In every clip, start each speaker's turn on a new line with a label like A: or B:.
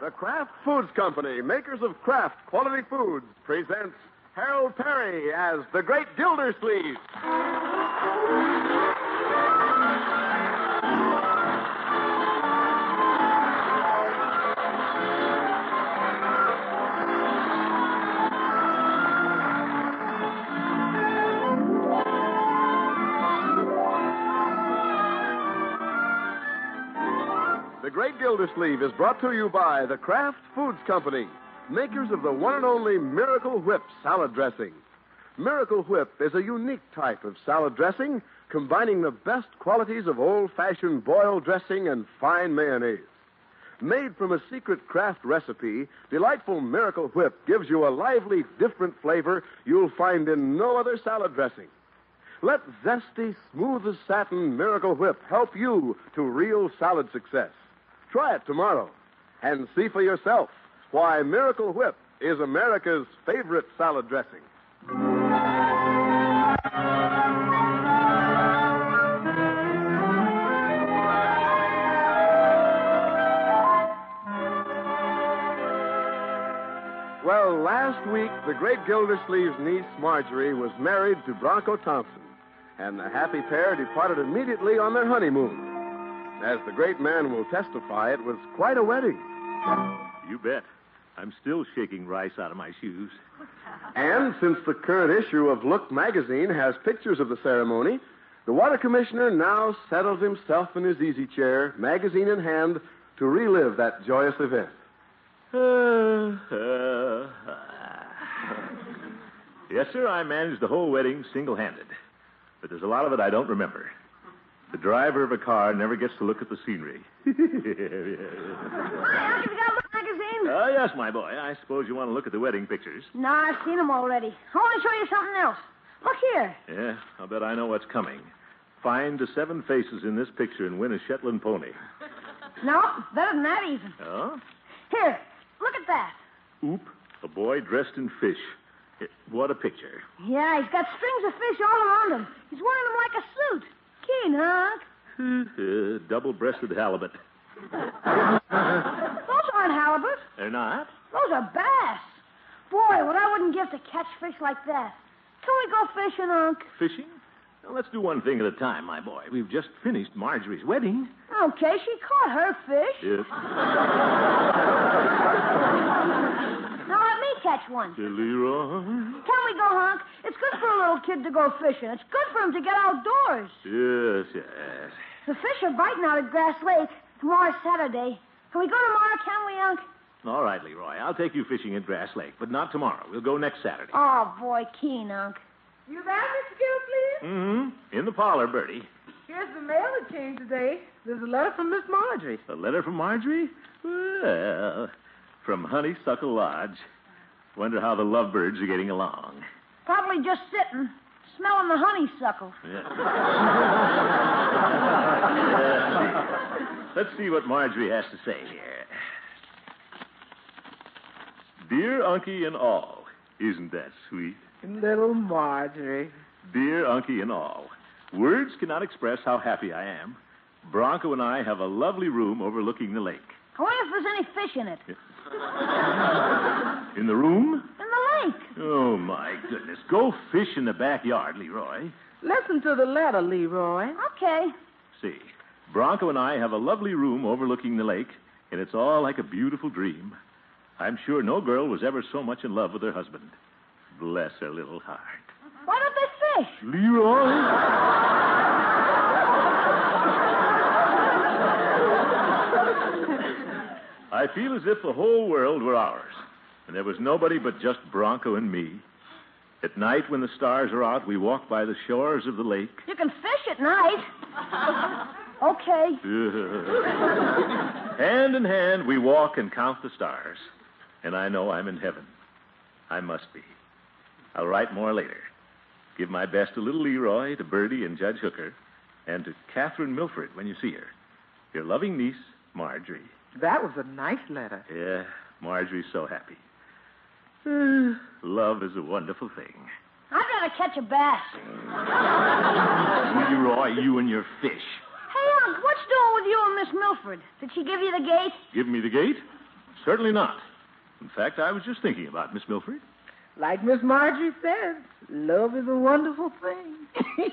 A: The Kraft Foods Company, makers of Kraft quality foods, presents Harold Perry as the Great Gildersleeve. The Great Gildersleeve is brought to you by the Kraft Foods Company, makers of the one and only Miracle Whip salad dressing. Miracle Whip is a unique type of salad dressing combining the best qualities of old fashioned boiled dressing and fine mayonnaise. Made from a secret Kraft recipe, delightful Miracle Whip gives you a lively, different flavor you'll find in no other salad dressing. Let zesty, smooth as satin Miracle Whip help you to real salad success. Try it tomorrow and see for yourself why Miracle Whip is America's favorite salad dressing. Well, last week, the great Gildersleeve's niece, Marjorie, was married to Bronco Thompson, and the happy pair departed immediately on their honeymoon. As the great man will testify, it was quite a wedding.
B: You bet. I'm still shaking rice out of my shoes.
A: And since the current issue of Look magazine has pictures of the ceremony, the water commissioner now settles himself in his easy chair, magazine in hand, to relive that joyous event.
B: yes, sir, I managed the whole wedding single handed. But there's a lot of it I don't remember. The driver of a car never gets to look at the scenery.
C: Hi, Uncle Gumbo magazine.
B: oh, yes, my boy. I suppose you want to look at the wedding pictures.
C: No, I've seen them already. I want to show you something else. Look here.
B: Yeah, I'll bet I know what's coming. Find the seven faces in this picture and win a Shetland pony.
C: No, better than that even.
B: Oh?
C: Here, look at that.
B: Oop, a boy dressed in fish. Eh, What a picture.
C: Yeah, he's got strings of fish all around him. He's wearing them like a suit. Keen, huh? Unc?
B: Uh, double-breasted halibut.
C: Those aren't halibut.
B: They're not?
C: Those are bass. Boy, what I wouldn't give to catch fish like that. Can we go fishing, Unc?
B: Fishing? Now, let's do one thing at a time, my boy. We've just finished Marjorie's wedding.
C: Okay, she caught her fish.
B: Yes.
C: Now let me catch one.
B: Leroy.
C: Can we go, Honk? It's good for a little kid to go fishing. It's good for him to get outdoors.
B: Yes, yes.
C: The fish are biting out at Grass Lake tomorrow Saturday. Can we go tomorrow, can we, Unc?
B: All right, Leroy. I'll take you fishing at Grass Lake, but not tomorrow. We'll go next Saturday.
C: Oh, boy, keen, Unc.
D: You there, Mr. Gildersleeve?
B: Mm-hmm. In the parlor, Bertie.
D: Here's the mail that came today. There's a letter from Miss Marjorie.
B: A letter from Marjorie? Well, from Honeysuckle Lodge. Wonder how the lovebirds are getting along.
C: Probably just sitting, smelling the honeysuckle.
B: Let's see what Marjorie has to say here. Dear Unky and all, isn't that sweet?
D: Little Marjorie.
B: Dear Unky and all, words cannot express how happy I am. Bronco and I have a lovely room overlooking the lake.
C: I wonder if there's any fish in it.
B: In the room?
C: In the lake.
B: Oh, my goodness. Go fish in the backyard, Leroy.
D: Listen to the letter, Leroy.
C: Okay.
B: See, Bronco and I have a lovely room overlooking the lake, and it's all like a beautiful dream. I'm sure no girl was ever so much in love with her husband. Bless her little heart.
C: Why don't they fish?
B: Leroy? I feel as if the whole world were ours, and there was nobody but just Bronco and me. At night, when the stars are out, we walk by the shores of the lake.
C: You can fish at night. Okay.
B: hand in hand, we walk and count the stars. And I know I'm in heaven. I must be. I'll write more later. Give my best to little Leroy, to Bertie and Judge Hooker, and to Catherine Milford when you see her. Your loving niece, Marjorie.
D: That was a nice letter.
B: Yeah, Marjorie's so happy.
E: Hmm.
B: Love is a wonderful thing.
C: I'd rather catch a bass.
B: Leroy, you and your fish.
C: Hey, Unc, what's doing with you and Miss Milford? Did she give you the gate?
B: Give me the gate. Certainly not. In fact, I was just thinking about Miss Milford.
F: Like Miss Marjorie says, love is a wonderful thing.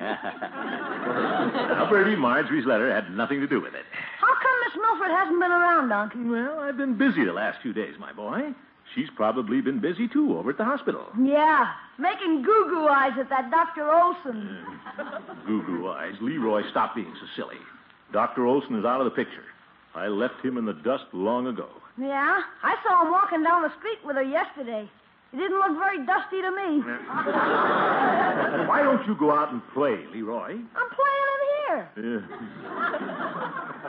B: now, Bertie, Marjorie's letter had nothing to do with it.
C: How come Miss Milford hasn't been around, Unc?
B: Well, I've been busy the last few days, my boy. She's probably been busy, too, over at the hospital.
C: Yeah, making goo-goo eyes at that Dr. Olson.
B: Goo goo eyes. Leroy, stop being so silly. Dr. Olson is out of the picture. I left him in the dust long ago.
C: Yeah, I saw him walking down the street with her yesterday. He didn't look very dusty to me.
B: Why don't you go out and play, Leroy?
C: I'm playing in here.
B: Uh,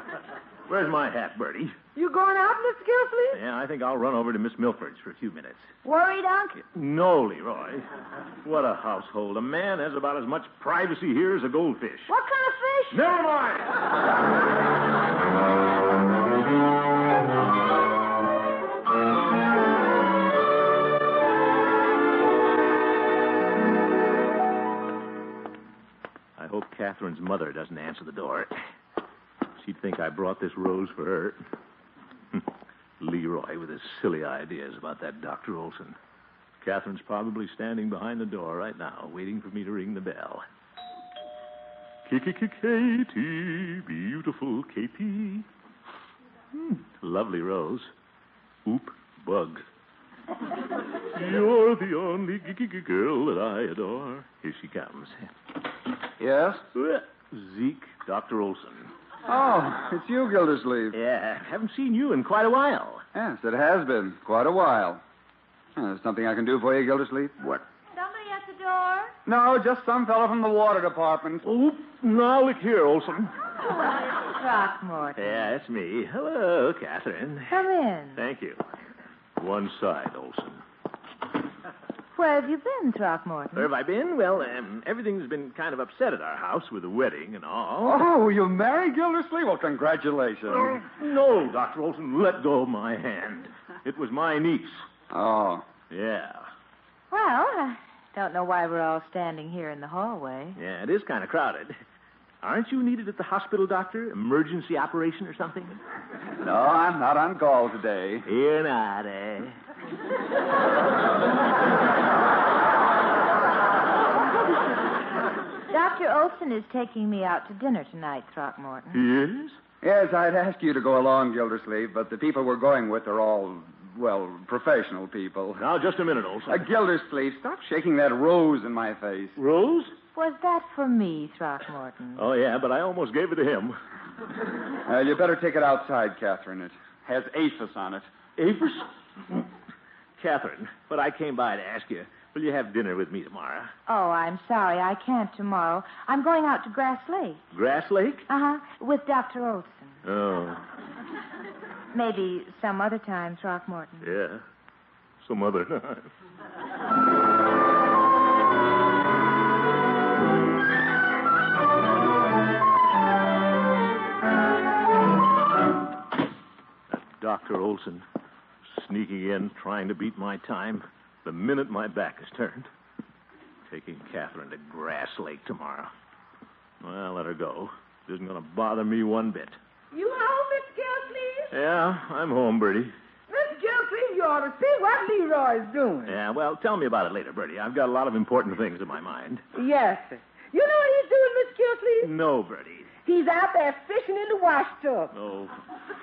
B: Where's my hat, Bertie?
F: you going out, Mr. Gilfillan?
B: Yeah, I think I'll run over to Miss Milford's for a few minutes.
C: Worried, Unc?
B: No, Leroy. What a household. A man has about as much privacy here as a goldfish.
C: What kind of fish?
B: Never mind. I hope Catherine's mother doesn't answer the door. She'd think I brought this rose for her. Leroy with his silly ideas about that Dr. Olson. Catherine's probably standing behind the door right now, waiting for me to ring the bell. Katie, beautiful KP. Hmm, lovely rose. Oop, bug. You're the only g- g- g- girl that I adore. Here she comes.
G: Yes?
B: Zeke, Dr. Olson.
G: Oh, it's you, Gildersleeve.
B: Yeah, haven't seen you in quite a while.
G: Yes, it has been quite a while. Uh, There's something I can do for you, Gildersleeve? What?
C: Somebody at the door.
G: No, just some fellow from the water department.
B: Oop, now look here, Olson.
F: Throckmorton.
B: Yeah, it's me. Hello, Catherine.
F: Come in.
B: Thank you. One side, Olson.
F: Where have you been, Throckmorton?
B: Where have I been? Well, um, everything's been kind of upset at our house with the wedding and all.
G: Oh, you married Gildersleeve? Well, congratulations.
B: No, Dr. Olson, let go of my hand. It was my niece.
G: Oh.
B: Yeah.
E: Well, I don't know why we're all standing here in the hallway.
B: Yeah, it is kind of crowded. Aren't you needed at the hospital, Doctor? Emergency operation or something?
G: No, I'm not on call today.
B: You're not, eh?
E: Dr. Olson is taking me out to dinner tonight, Throckmorton.
B: Yes?
G: Yes, I'd ask you to go along, Gildersleeve, but the people we're going with are all, well, professional people.
B: Now, just a minute, Olson.
G: Uh, Gildersleeve, stop shaking that rose in my face.
B: Rose?
E: Was that for me, Throckmorton?
B: Oh, yeah, but I almost gave it to him.
G: Uh, you better take it outside, Catherine. It has aphis on it.
B: Apers? Catherine, but I came by to ask you, will you have dinner with me tomorrow?
E: Oh, I'm sorry. I can't tomorrow. I'm going out to Grass Lake.
B: Grass Lake?
E: Uh huh. With Dr. Olson.
B: Oh,
E: Maybe some other time, Throckmorton.
B: yeah. Some other time. That Dr. Olson sneaking in, trying to beat my time the minute my back is turned. Taking Catherine to Grass Lake tomorrow. Well, let her go. It isn't going to bother me one bit.
F: You home, Mr. Gilfillan?
B: Yeah, I'm home, Bertie.
F: Mr. Gilfillan, you ought to see what Leroy is doing.
B: Yeah, well, tell me about it later, Bertie. I've got a lot of important things in my mind.
F: Yes, sir. You know what he's doing, Miss Gilfillan?
B: No, Bertie.
F: He's out there fishing in the washtub.
B: No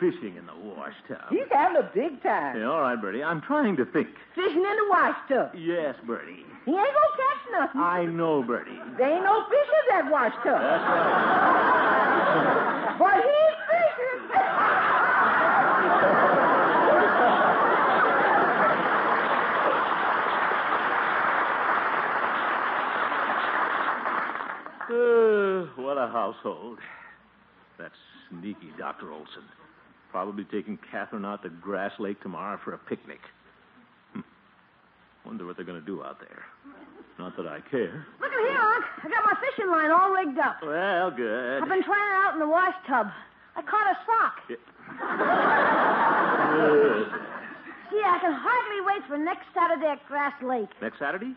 B: fishing in the washtub.
F: He's having a big time.
B: Uh. Yeah, all right, Bertie. I'm trying to think.
F: Fishing in the washtub.
B: Yes, Bertie.
F: He ain't gonna catch nothing.
B: I know, Bertie.
F: There ain't no fish in that washtub.
B: That's right.
F: But he's fishing.
B: Uh, what a household. That sneaky Dr. Olson. Probably taking Catherine out to Grass Lake tomorrow for a picnic. Hmm. Wonder what they're going to do out there. Not that I care.
C: Look at here, Unc. I got my fishing line all rigged up.
B: Well, good.
C: I've been trying it out in the wash tub. I caught a sock.
B: Good.
C: Gee, I can hardly wait for next Saturday at Grass Lake.
B: Next Saturday?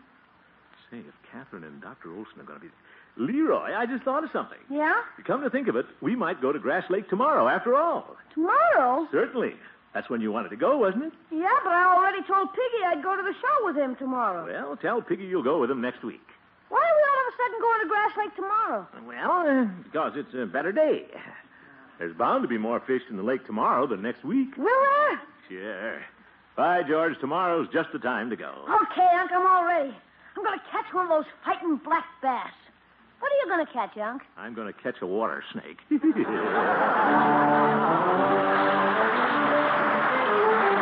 B: Say, if Catherine and Dr. Olson are going to be there. Leroy, I just thought of something.
C: Yeah?
B: Come to think of it, we might go to Grass Lake tomorrow after all.
C: Tomorrow?
B: Certainly. That's when you wanted to go, wasn't it?
F: Yeah, but I already told Piggy I'd go to the show with him tomorrow.
B: Well, tell Piggy you'll go with him next week.
F: Why are we all of a sudden going to Grass Lake tomorrow?
B: Well, uh, because it's a better day. There's bound to be more fish in the lake tomorrow than next week.
F: Will there?
B: Sure. By George, tomorrow's just the time to go.
F: Okay, Unc, I'm all ready. I'm going to catch one of those fighting black bass. What are you going to catch, Unc?
B: I'm going to catch a water snake.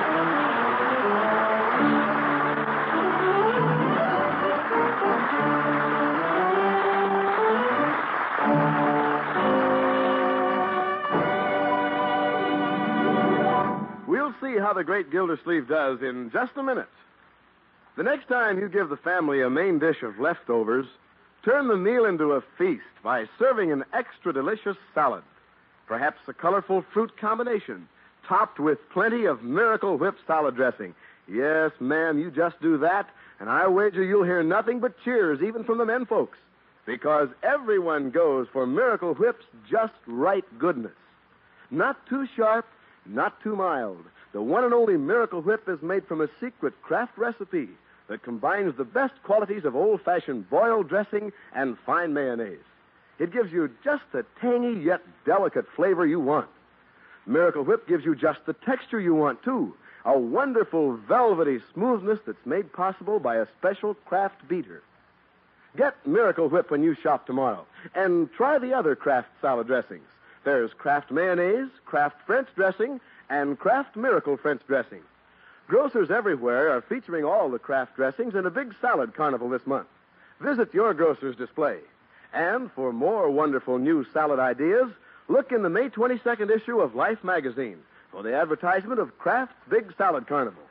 A: We'll see how the great Gildersleeve does in just a minute. The next time you give the family a main dish of leftovers, turn the meal into a feast by serving an extra delicious salad, perhaps a colorful fruit combination, topped with plenty of Miracle Whip salad dressing. Yes, ma'am, you just do that, and I wager you'll hear nothing but cheers, even from the men folks, because everyone goes for Miracle Whip's just right goodness. Not too sharp, not too mild. The one and only Miracle Whip is made from a secret craft recipe that combines the best qualities of old fashioned boiled dressing and fine mayonnaise. It gives you just the tangy yet delicate flavor you want. Miracle Whip gives you just the texture you want, too. A wonderful velvety smoothness that's made possible by a special craft beater. Get Miracle Whip when you shop tomorrow and try the other Kraft salad dressings. There's Kraft mayonnaise, Kraft French dressing, and Kraft Miracle French dressing. Grocers everywhere are featuring all the Kraft dressings in a big salad carnival this month. Visit your grocer's display. And for more wonderful new salad ideas, look in the May 22nd issue of Life magazine for the advertisement of Kraft's Big Salad Carnival.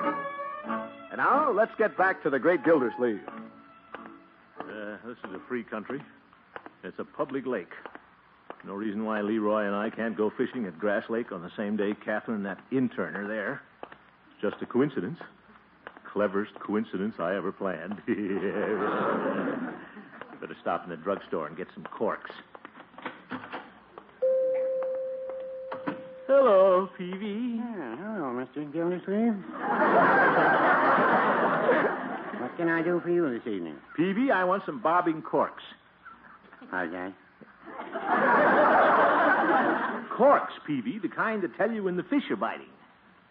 A: And now, let's get back to the great Gildersleeve.
B: Uh, this is a free country. It's a public lake. No reason why Leroy and I can't go fishing at Grass Lake on the same day Catherine and that intern are there. It's just a coincidence. Cleverest coincidence I ever planned. Better stop in the drugstore and get some corks. Hello, Peavy.
H: hello, Mr. Gildersleeve. what can I do for you this evening?
B: Peavy, I want some bobbing corks.
H: How's that?
B: Corks, Peavy, the kind that tell you when the fish are biting.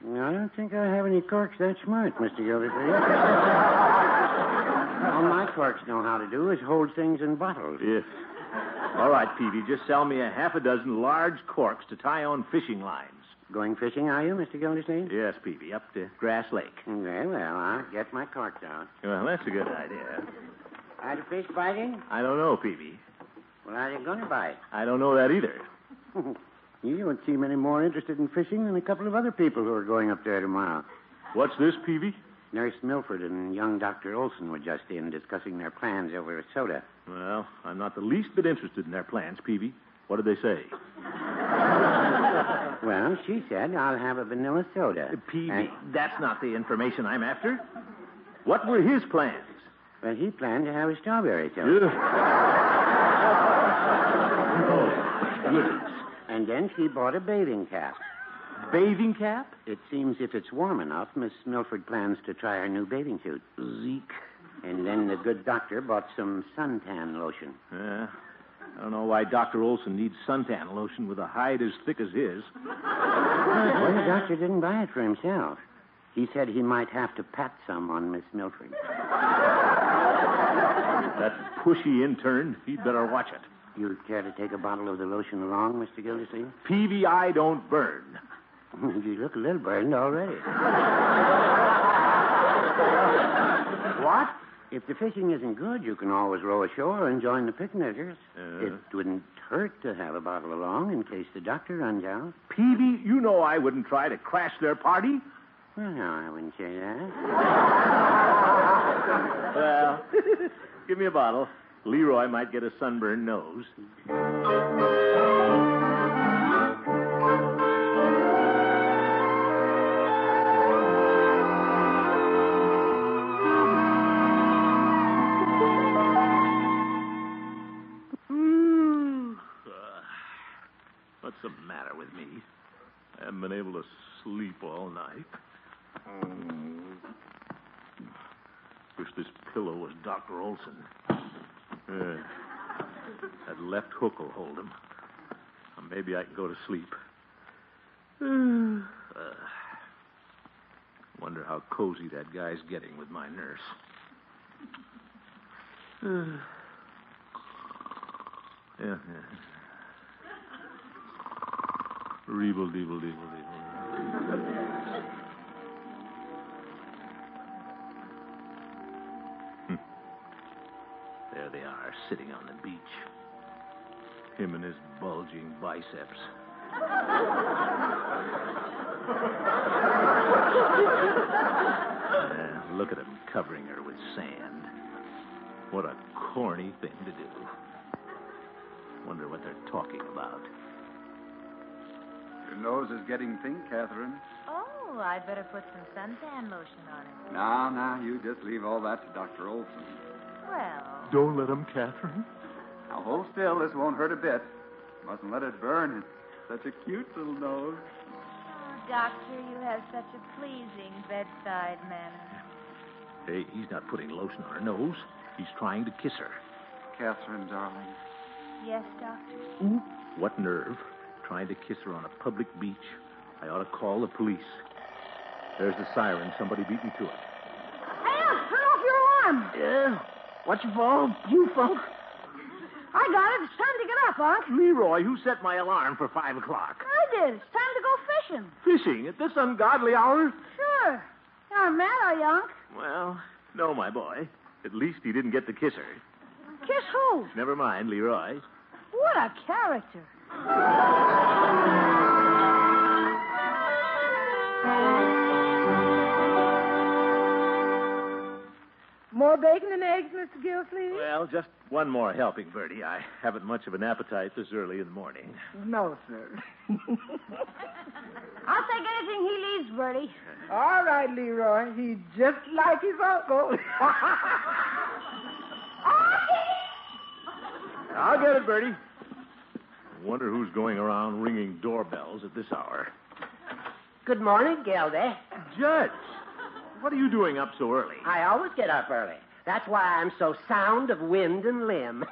H: No, I don't think I have any corks that smart, Mr. Gildersleeve. All my corks know how to do is hold things in bottles.
B: Yes. All right, Peavy, just sell me a half a dozen large corks to tie on fishing lines.
H: Going fishing, are you, Mr. Gildersleeve?
B: Yes, Peavy, up to Grass Lake.
H: Very well, I'll get my corks out.
B: Well, that's a good idea.
H: Are the fish biting?
B: I don't know, Peavy.
H: Well, are they going to bite?
B: I don't know that either.
H: you don't seem any more interested in fishing than a couple of other people who are going up there tomorrow.
B: What's this, Peavy?
H: Nurse Milford and young Dr. Olson were just in discussing their plans over a soda.
B: Well, I'm not the least bit interested in their plans, Peavy. What did they say?
H: Well, she said, I'll have a vanilla soda.
B: Uh, Peavy,
H: And-
B: that's not the information I'm after. What were his plans?
H: well, he planned to have a strawberry soda.
B: Yeah. oh, goodness.
H: And then she bought a bathing cap.
B: Bathing cap?
H: It seems if it's warm enough, Miss Milford plans to try her new bathing suit.
B: Zeke.
H: And then the good doctor bought some suntan lotion.
B: Yeah. I don't know why Dr. Olson needs suntan lotion with a hide as thick as his.
H: well, the doctor didn't buy it for himself. He said he might have to pat some on Miss Milford.
B: That pushy intern, he'd better watch it.
H: You'd care to take a bottle of the lotion along, Mr. Gildersleeve?
B: PVI don't burn.
H: you look a little burned already.
B: What?
H: If the fishing isn't good, you can always row ashore and join the picnickers.
B: Uh.
H: It wouldn't hurt to have a bottle along in case the doctor runs out.
B: Peavy, you know I wouldn't try to crash their party.
H: Well, no, I wouldn't say that.
B: Well, give me a bottle. Leroy might get a sunburned nose.
F: Hmm.
B: Uh, me. I haven't been able to sleep all night. Hmm. Wish this pillow was Dr. Olson. Uh, that left hook will hold him. Or maybe I can go to sleep. Uh, wonder how cozy that guy's getting with my nurse. Uh, yeah, yeah. Reeble, deeble, deeble, deeble. Hmm. there they are, sitting on the beach. Him and his bulging biceps. Yeah, look at him covering her with sand. What a corny thing to do. Wonder what they're talking about.
G: Your nose is getting pink, Catherine.
I: Oh, I'd better put some suntan lotion on it.
G: Now, now, you just leave all that to Dr. Olson.
I: Well,
B: Don't let him, Catherine.
G: Now, hold still. This won't hurt a bit. Mustn't let it burn. It's such a cute little nose.
I: oh, doctor, you have such a pleasing bedside manner.
B: Hey, he's not putting lotion on her nose. He's trying to kiss her.
G: Catherine, darling.
I: Yes, doctor.
B: What nerve? Trying to kiss her on a public beach. I ought to call the police. There's the siren. Somebody beat me to it.
C: Hal, turn off your alarm.
F: Yeah. What's your fault? You folk.
C: I got it. It's time to get up, Unc.
B: Leroy, who set my alarm for five o'clock?
C: I did. It's time to go fishing.
B: Fishing at this ungodly hour?
C: Sure. You're not mad, are you, Unc?
B: Well, no, my boy. At least he didn't get to kiss her.
C: Kiss who?
B: Never mind, Leroy.
C: What a character.
D: More bacon and eggs, Mr. Gilsleeve?
B: Well, just one more helping, Bertie. I haven't much of an appetite this early in the morning.
D: No, sir.
C: I'll take anything he leaves, Bertie.
D: All right, Leroy. He's just like his uncle.
B: I'll get it, Bertie. Wonder who's going around ringing doorbells at this hour.
F: Good morning, Gildy.
B: Judge, what are you doing up so early?
F: I always get up early. That's why I'm so sound of wind and limb.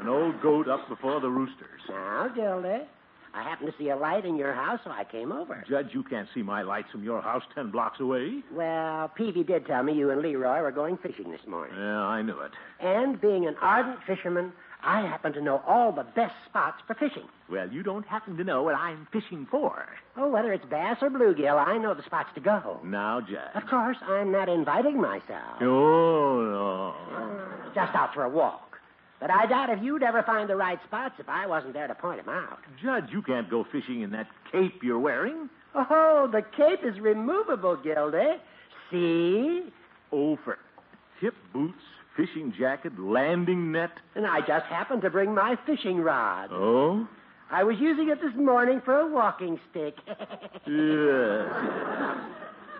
B: An old goat up before the roosters.
F: now, Gildy, I happened to see a light in your house, so I came over.
B: Judge, you can't see my lights from your house ten blocks away.
F: Well, Peavy did tell me you and Leroy were going fishing this morning.
B: Yeah, I knew it.
F: And being an ardent fisherman, I happen to know all the best spots for fishing.
B: Well, you don't happen to know what I'm fishing for.
F: Oh, whether it's bass or bluegill, I know the spots to go.
B: Now, Judge.
F: Of course, I'm not inviting myself. Uh,
B: Oh, no.
F: Just out for a walk. But I doubt if you'd ever find the right spots if I wasn't there to point 'em out.
B: Judge, you can't go fishing in that cape you're wearing.
F: Oh, the cape is removable, Gildy. See?
B: Oh, for tip boots, fishing jacket, landing net.
F: And I just happened to bring my fishing rod.
B: Oh?
F: I was using it this morning for a walking stick.
B: Yes.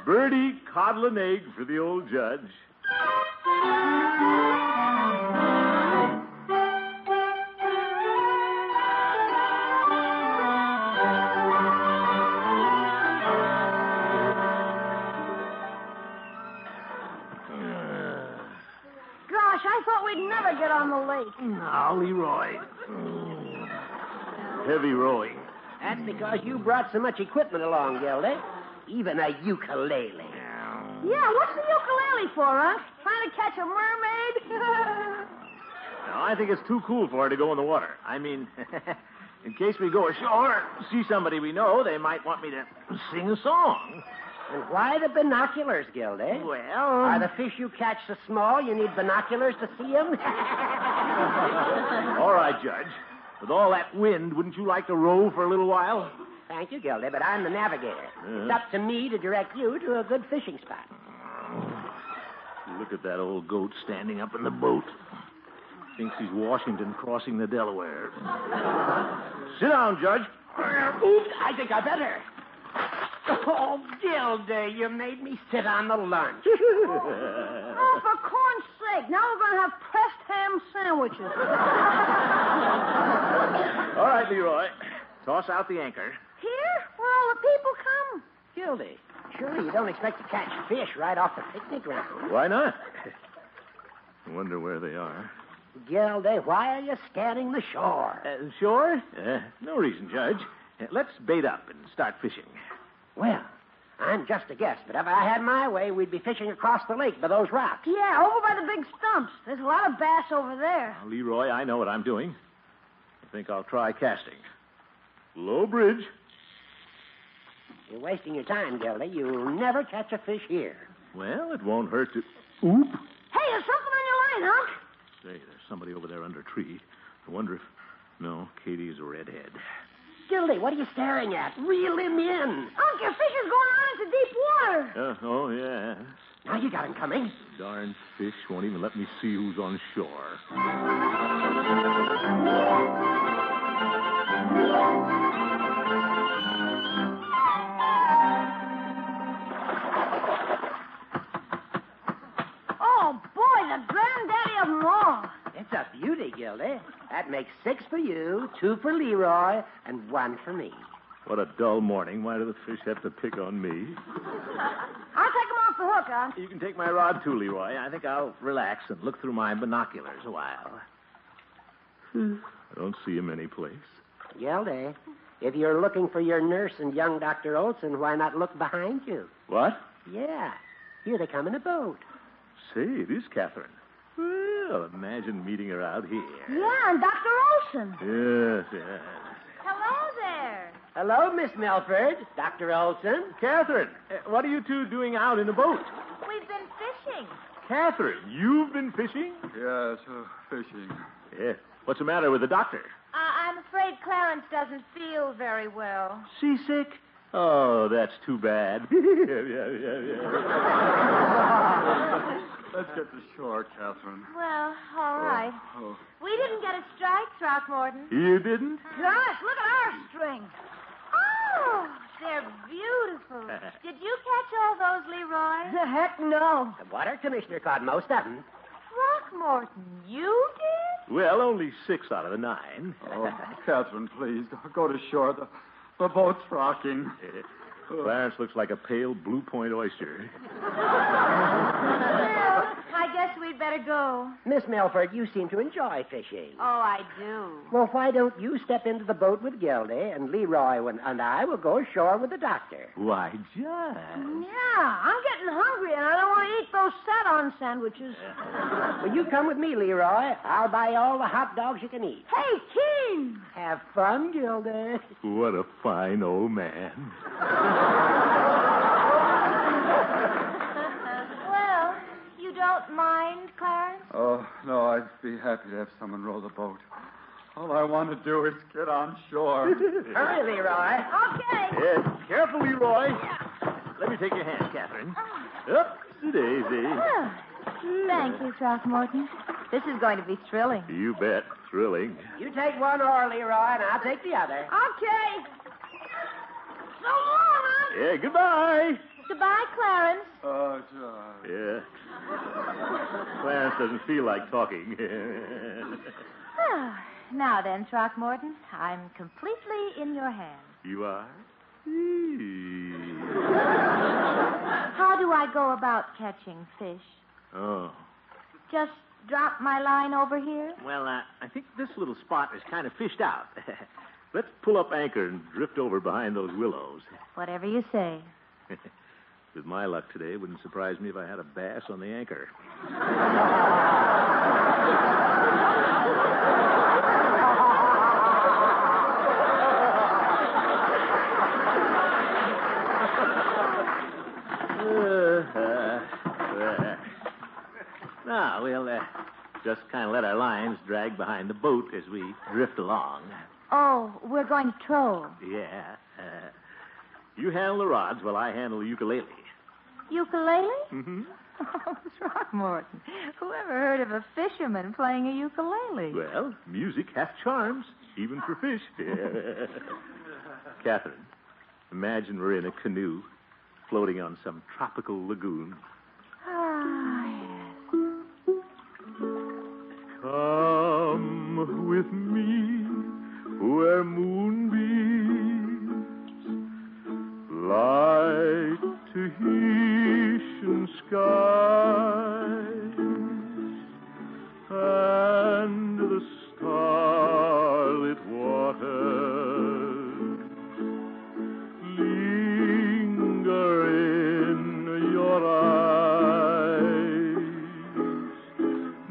B: Birdie coddle an egg for the old judge.
C: Gosh, I thought we'd never get on the lake.
B: Now, Leroy. Heavy rowing.
F: That's because you brought so much equipment along, Gildy. Even a ukulele.
C: Yeah, what's the ukulele for, Unc? Trying to catch a mermaid?
B: Now, I think it's too cool for her to go in the water. I mean, in case we go ashore, see somebody we know, they might want me to sing a song.
F: And why the binoculars, Gildy?
B: Well,
F: Are
B: Um,
F: the fish you catch so small you need binoculars to see 'em?
B: all right, Judge. With all that wind, wouldn't you like to row for a little while?
F: Thank you, Gildy, but I'm the navigator.
B: Hmm?
F: It's up to me to direct you to a good fishing spot.
B: Look at that old goat standing up in the boat. Thinks he's Washington crossing the Delaware. Sit down, Judge.
F: Oops, I think I better. Oh, Gildy, you made me sit on the lunch.
C: oh, for corn's sake. Now we're going to have pressed ham ham sandwiches.
B: All right, Leroy. Toss out the anchor.
C: Here? Where all the people come?
F: Gildy, surely you don't expect to catch fish right off the picnic ground.
B: Why not? I wonder where they are.
F: Gildy, why are you scanning the shore?
B: Uh, sure? Uh, no reason, Judge. Uh, let's bait up and start fishing.
F: Well, I'm just a guest, but if I had my way, we'd be fishing across the lake by those rocks.
C: Yeah, over by the big stumps. There's a lot of bass over there.
B: Now, Leroy, I know what I'm doing. I think I'll try casting. Low bridge.
F: You're wasting your time, Gildy. You'll never catch a fish here.
B: Well, it won't hurt to.
C: Hey, there's something on your line, Unc.
B: Say, there's somebody over there under a tree. I wonder if. No, Katie's a redhead.
F: Gildy, what are you staring at? Reel him in.
C: Unc, your fish is going out into deep water.
B: Uh, oh, yeah.
F: Now you got him coming.
B: Darn fish won't even let me see who's on shore.
C: Oh, boy, the granddaddy of them all.
F: It's a beauty, Gildy. That makes six for you, two for Leroy, and one for me.
B: What a dull morning. Why do the fish have to pick on me?
C: I'll take him off the hook, Unc.
B: You can take my rod too, Leroy. I think I'll relax and look through my binoculars a while. I don't see him anyplace.
F: Gildy, if you're looking for your nurse and young Dr. Olson, why not look behind you?
B: What?
F: Yeah, here they come in a boat.
B: Say, it is Catherine. Well, imagine meeting her out here.
C: Yeah, and Dr. Olson.
B: Yes, yes.
C: Hello there.
F: Hello, Miss Melford. Dr. Olson.
B: Catherine, uh, what are you two doing out in a boat?
C: We've been fishing.
B: Catherine, you've been fishing?
G: Yes, uh, fishing.
B: Yeah. What's the matter with the doctor?
C: Uh, I'm afraid Clarence doesn't feel very well.
B: Seasick? Oh, that's too bad. yeah, yeah, yeah, yeah.
G: Let's get to shore, Catherine.
C: Well, all right.
G: Oh,
C: We didn't get a strike, Throckmorton.
B: You didn't?
C: Gosh, look at our string. Oh, they're beautiful. Did you catch all those, Leroy?
D: The heck no.
F: The water commissioner caught most of them.
C: Throckmorton, you did?
B: Well, only six out of the nine.
G: oh Catherine, please, don't go to shore. The, the boat's rocking.
B: Clarence looks like a pale blue point oyster.
C: Well, I guess we'd better go.
F: Miss Melford, you seem to enjoy fishing.
C: Oh, I do.
F: Well, why don't you step into the boat with Gildy, and Leroy and, and I will go ashore with the doctor.
B: Why, Judge.
C: Yeah, I'm getting hungry, and I don't want to eat those sat-on sandwiches.
F: Will you come with me, Leroy? I'll buy all the hot dogs you can eat.
C: Hey, Keen!
F: Have fun, Gildy.
B: What a fine old man.
C: Well, you don't mind, Clarence?
G: Oh, no, I'd be happy to have someone row the boat. All I want to do is get on shore.
F: Hurry, Leroy.
C: Okay.
B: Yes, careful, Leroy. Let me take your hand, Catherine. Up, daisy.
I: Oh, Thank you, Throckmorton. This is going to be thrilling.
B: You bet. Thrilling.
F: You take one oar, Leroy, and I'll take the other.
C: Okay. So long, huh?
B: Yeah, goodbye.
C: Goodbye, Clarence.
G: Oh, John.
B: Yeah. Clarence doesn't feel like talking.
I: Ah, now then, Throckmorton, I'm completely in your hands.
B: you are? Eee.
I: How do I go about catching fish?
B: Oh.
I: Just drop my line over here?
B: Well, uh, I think this little spot is kind of fished out. Let's pull up anchor and drift over behind those willows.
I: Whatever you say.
B: With my luck today, it wouldn't surprise me if I had a bass on the anchor. now, we'll uh, just kind of let our lines drag behind the boat as we drift along.
I: Oh, we're going to troll.
B: Yeah. Uh, you handle the rods while I handle the ukulele.
I: Ukulele? Oh, Throckmorton, whoever heard of a fisherman playing a ukulele?
B: Well, music hath charms, even for fish. Catherine, imagine we're in a canoe floating on some tropical lagoon.
I: Ah, yes.
B: Oh, Come with me where moonbeams light to Haitian skies and the starlit waters linger in your eyes.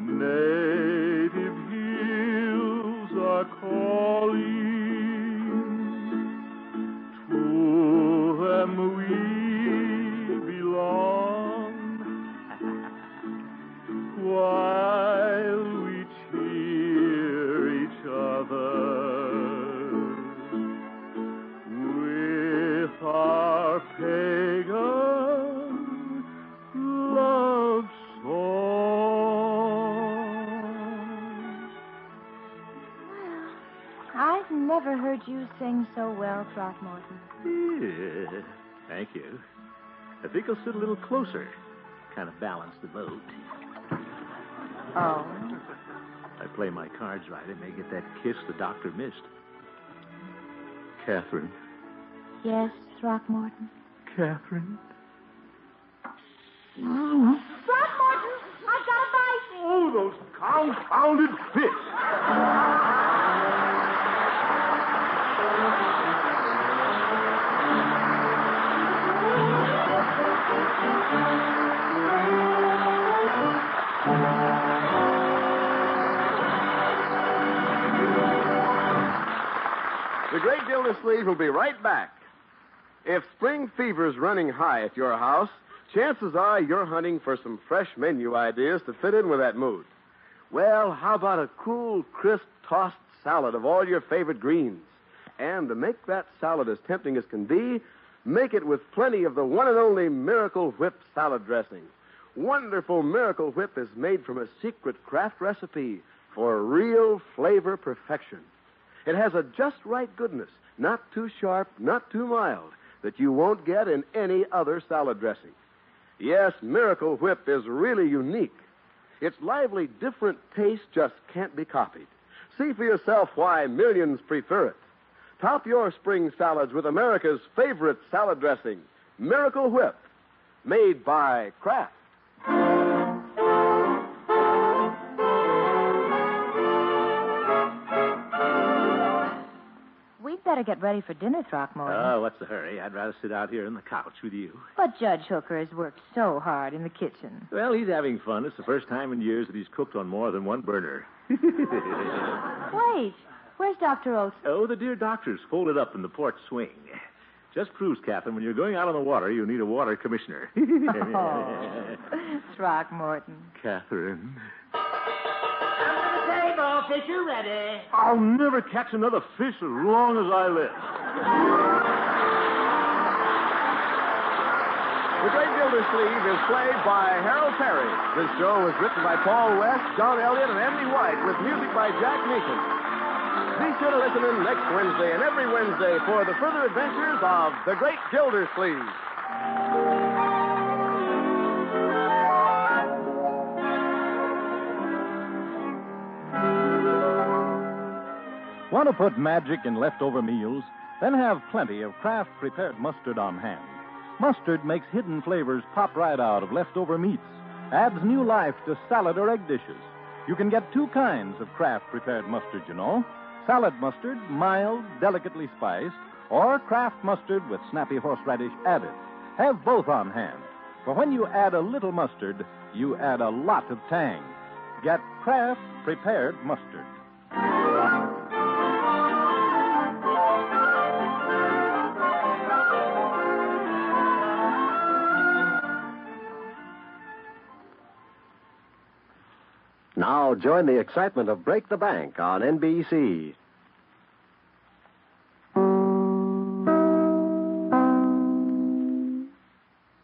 B: Native hills are calling. To them we belong. While we cheer each other with our pagan love song.
I: I've never heard you sing so well, Throckmorton.
B: Yeah, thank you. I think I'll sit a little closer, kind of balance the boat.
I: Oh.
B: If I play my cards right, I may get that kiss the doctor missed. Catherine.
I: Yes, Throckmorton.
B: Catherine?
C: Throckmorton, I've got a bite.
B: Oh, those confounded fish!
A: The Great Gildersleeve will be right back. If spring fever's running high at your house, chances are you're hunting for some fresh menu ideas to fit in with that mood. Well, how about a cool, crisp, tossed salad of all your favorite greens? And to make that salad as tempting as can be, make it with plenty of the one and only Miracle Whip salad dressing. Wonderful Miracle Whip is made from a secret craft recipe for real flavor perfection. It has a just right goodness, not too sharp, not too mild, that you won't get in any other salad dressing. Yes, Miracle Whip is really unique. Its lively, different taste just can't be copied. See for yourself why millions prefer it. Top your spring salads with America's favorite salad dressing, Miracle Whip, made by Kraft.
I: We'd better get ready for dinner, Throckmorton.
B: Oh, what's the hurry? I'd rather sit out here on the couch with you.
I: but Judge Hooker has worked so hard in the kitchen.
B: Well, he's having fun. It's the first time in years that he's cooked on more than one burner.
I: Wait, where's Dr. Oates?
B: oh, the dear doctor's folded up in the porch swing. Just proves, Catherine, when you're going out on the water, you need a water commissioner.
I: Oh, Throckmorton.
B: Catherine.
D: Table, Fisher, ready.
B: I'll never catch another fish as long as I live.
A: The Great Gildersleeve is played by Harold Perry. This show was written by Paul West, John Elliott, and Andy White, with music by Jack Meakin. Be sure to listen in next Wednesday and every Wednesday for the further adventures of The Great Gildersleeve.
J: Want to put magic in leftover meals? Then have plenty of Kraft prepared mustard on hand. Mustard makes hidden flavors pop right out of leftover meats, adds new life to salad or egg dishes. You can get two kinds of Kraft prepared mustard, you know salad mustard, mild, delicately spiced, or Kraft mustard with snappy horseradish added. Have both on hand, for when you add a little mustard, you add a lot of tang. Get Kraft prepared mustard.
A: Now join the excitement of Break the Bank on NBC.